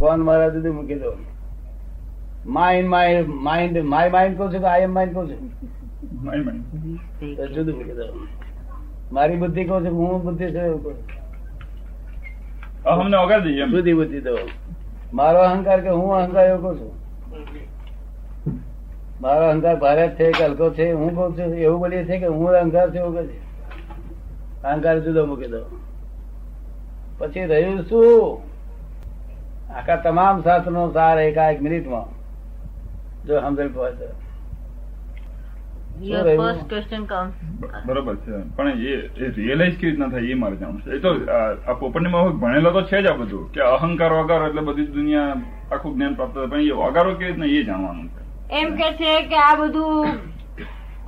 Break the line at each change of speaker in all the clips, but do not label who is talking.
Phone મારા દીધે મૂકી દો mind mind mind my mind કહું છું કે આઈ એમ માઇન્ડ કહું છું
માય માય.
તો જુદું મૂકી દો મારી બુદ્ધિ કહું છું કે હું બુદ્ધિ છે એવું કહું છું.
અહમને વગાડી દઈએ એમ.
જુદી બુદ્ધિ દો મારો અહંકાર કે હું અહંકાર એવું કહું છું મારો અહંકાર ભારે જ છે કે હલકો છે હું કહું છું એવું બોલીએ છે કે હું અહંકાર છે એવું કહે છે અહંકાર જુદો મૂકી દો પછી રહ્યું શું આખા તમામ શાસ્ત્રનો સાર એકાએક મિનિટમાં જો સમજણ પડે તો.
Your first question comes.
બ- બરોબર છે પણ એ એ રિયલાઇઝ કેવી રીતના થાય એ મારે જાણવું છે એ તો આ આ પોપટનીમાં હવે ભણેલો તો છે જ આ બધું કે અહંકાર વગારો એટલે બધી જ દુનિયા આખું જ્ઞાન પ્રાપ્ત થાય પણ એ વગારો કેવી રીતના એ જાણવાનું છે
એમ કે છે કે આ બધું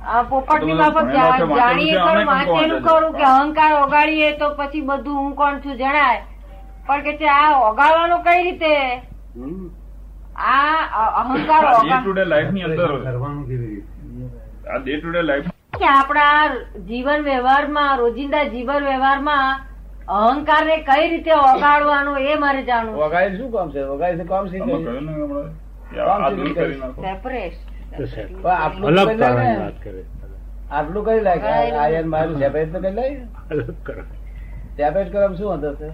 આ પોપટની
આ તો બધું
બાબત
ભણેલા છે,
જાણીએ
વાંચેલું છે, અમે
ખરું
કેમ
વાંચેલું
કોણ
ખરું કે અહંકાર ઓગાડીએ તો પછી બધું હું કોણ છું જણાય પણ કે છે આ ઓગાળવાનું કઈ રીતે
હમ?
આ અ- અહંકાર
ડે
ઓગા-
ટુ ડે લાઈફ ની અંદર
કરવાનું કેવી રીતે
આ ડે ટુ ડે લાઈફ
કે આપણા જીવન વ્યવહારમાં રોજિંદા જીવન વ્યવહારમાં અહંકારને કઈ રીતે ઓગાળવાનો એ મારે જાણવું
વગાડી શું કામ છે વગાડી શું કામ શીખે
તમે
છે?
કહ્યું ને હમણાં કે આ આ દૂર કરી નાખો
સેપરેટ
પણ આટલું
અલગ
કરી નાખે
કરવાની
ને?
વાત કરે
આટલું કરી નાખે
વગાડી
આ યાર મારું સેપરેટ તો કરી નાખે
અલગ કરવાની
સેપરેટ કરવામાં શું વાંધો છે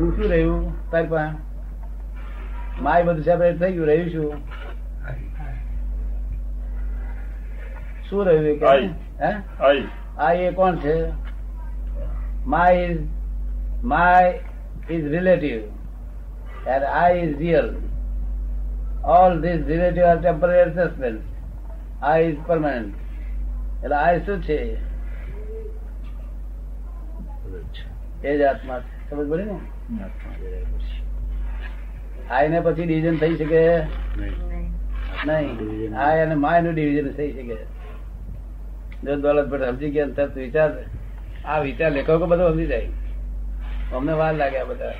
હજુ શું રહ્યું તારી પાસે માય બધું સેપરેટ થઈ ગયું રહ્યું શું શું રહ્યું એ કે?
આઈ.
હે
આઈ
આ એ કોણ છે my is my is relative and I is real all this relative are temporary adjustment આ ઇઝ પરમાનન્ટ એટલે આ શું છે એ જ આત્મા છે. સમજ પડી ને આ એને પછી ડિવિઝન થઈ શકે નહીં આ અને માય નું ડિવિઝન થઈ શકે જો દોલત ભટ્ટ સમજી ગયા ને તરત વિચાર આ વિચાર લેખકો બધો સમજી જાય અમને વાર લાગે આ બધા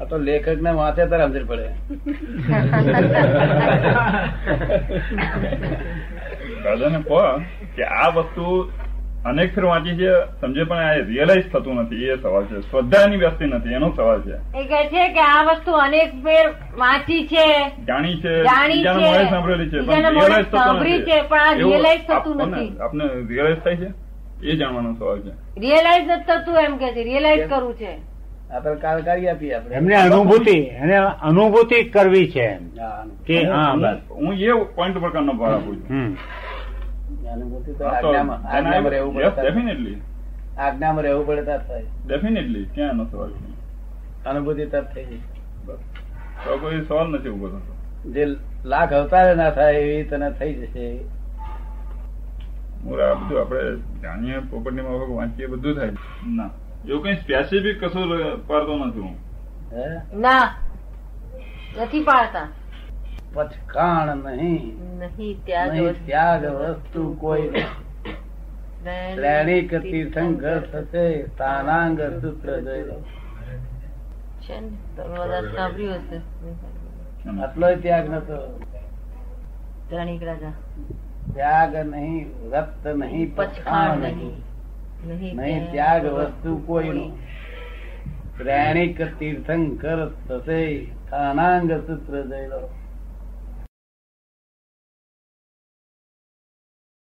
આ તો લેખક ને વાંચે ત્યારે સમજણ પડે
દાદાને કહો કે આ વસ્તુ અનેક ફેર વાંચી છે સમજે પણ આ રિયલાઇઝ થતું નથી એ સવાલ છે શ્રદ્ધાની વ્યક્તિ નથી એનો સવાલ છે
એ કહે છે કે આ વસ્તુ અનેક ફેર વાંચી છે
જાણી છે
જાણી
બીજાના
છે,
મોઢે સાંભળેલી છે પણ
બીજાના મોઢે
રિયલાઇઝ થતું
સાંભળી
નથી
છે, પણ આ
એવું આપણને- આપને
realize થતું નથી.
રિયલાઇઝ થાય છે એ જાણવાનો સવાલ છે
રિયલાઇઝ નથી થતું એમ કે છે રિયલાઇઝ કરવું છે
આપડે કાલ કાઢી આપીએ આપણે
એમને અનુભૂતિ એને અનુભૂતિ કરવી છે એમ
હા, અનુ-
કે હા
હું-
બસ
હું એ પોઈન્ટ પર કારનો ભાર આપું છું
હમ
અનુભૂતિ તો
આ તો
આજ્ઞામાં આજ્ઞામાં રહેવું પડે ત્યારે-
ડેફિનેટલી
આજ્ઞામાં રહેવું પડે ત્યારે થાય
ડેફિનેટલી ત્યાં એનો સવાલ છે
અનુભૂતિ તરફ થઈ જાય
બસ. તો કોઈ સવાલ નથી ઉભો થતો
જે લાખ અવતારે ના થાય એવી તને થઈ જશે
મોરા, આ બધું આપણે જાણીએ પોપટની માફક વાંચીએ બધું થાય છે. ના એવું કઈ સ્પેસિફિક કશું ર- પાડતો નથી હું
હે?
ના નથી પાડતા
પચકાણ નહીં
નહીં
નહીં
ત્યાગ
ત્યાગ વસ્તુ કોઈ શ્રેણીક તીર્થંકર થશે સ્થાનાંગ સૂત્ર જય
છે ને તમે બધા સાંભળ્યું હશે
એમ.
આટલો ત્યાગ નતો
ધણીક રાજા
ત્યાગ નહીં રક્ત નહીં
પચખાણ
પચખાણ
નહીં
નહીં
નહીં
નહીં ત્યાગ વસ્તુ કોઈનું શ્રેણીક તીર્થંકર થશે સ્થાનાંગ સૂત્ર જય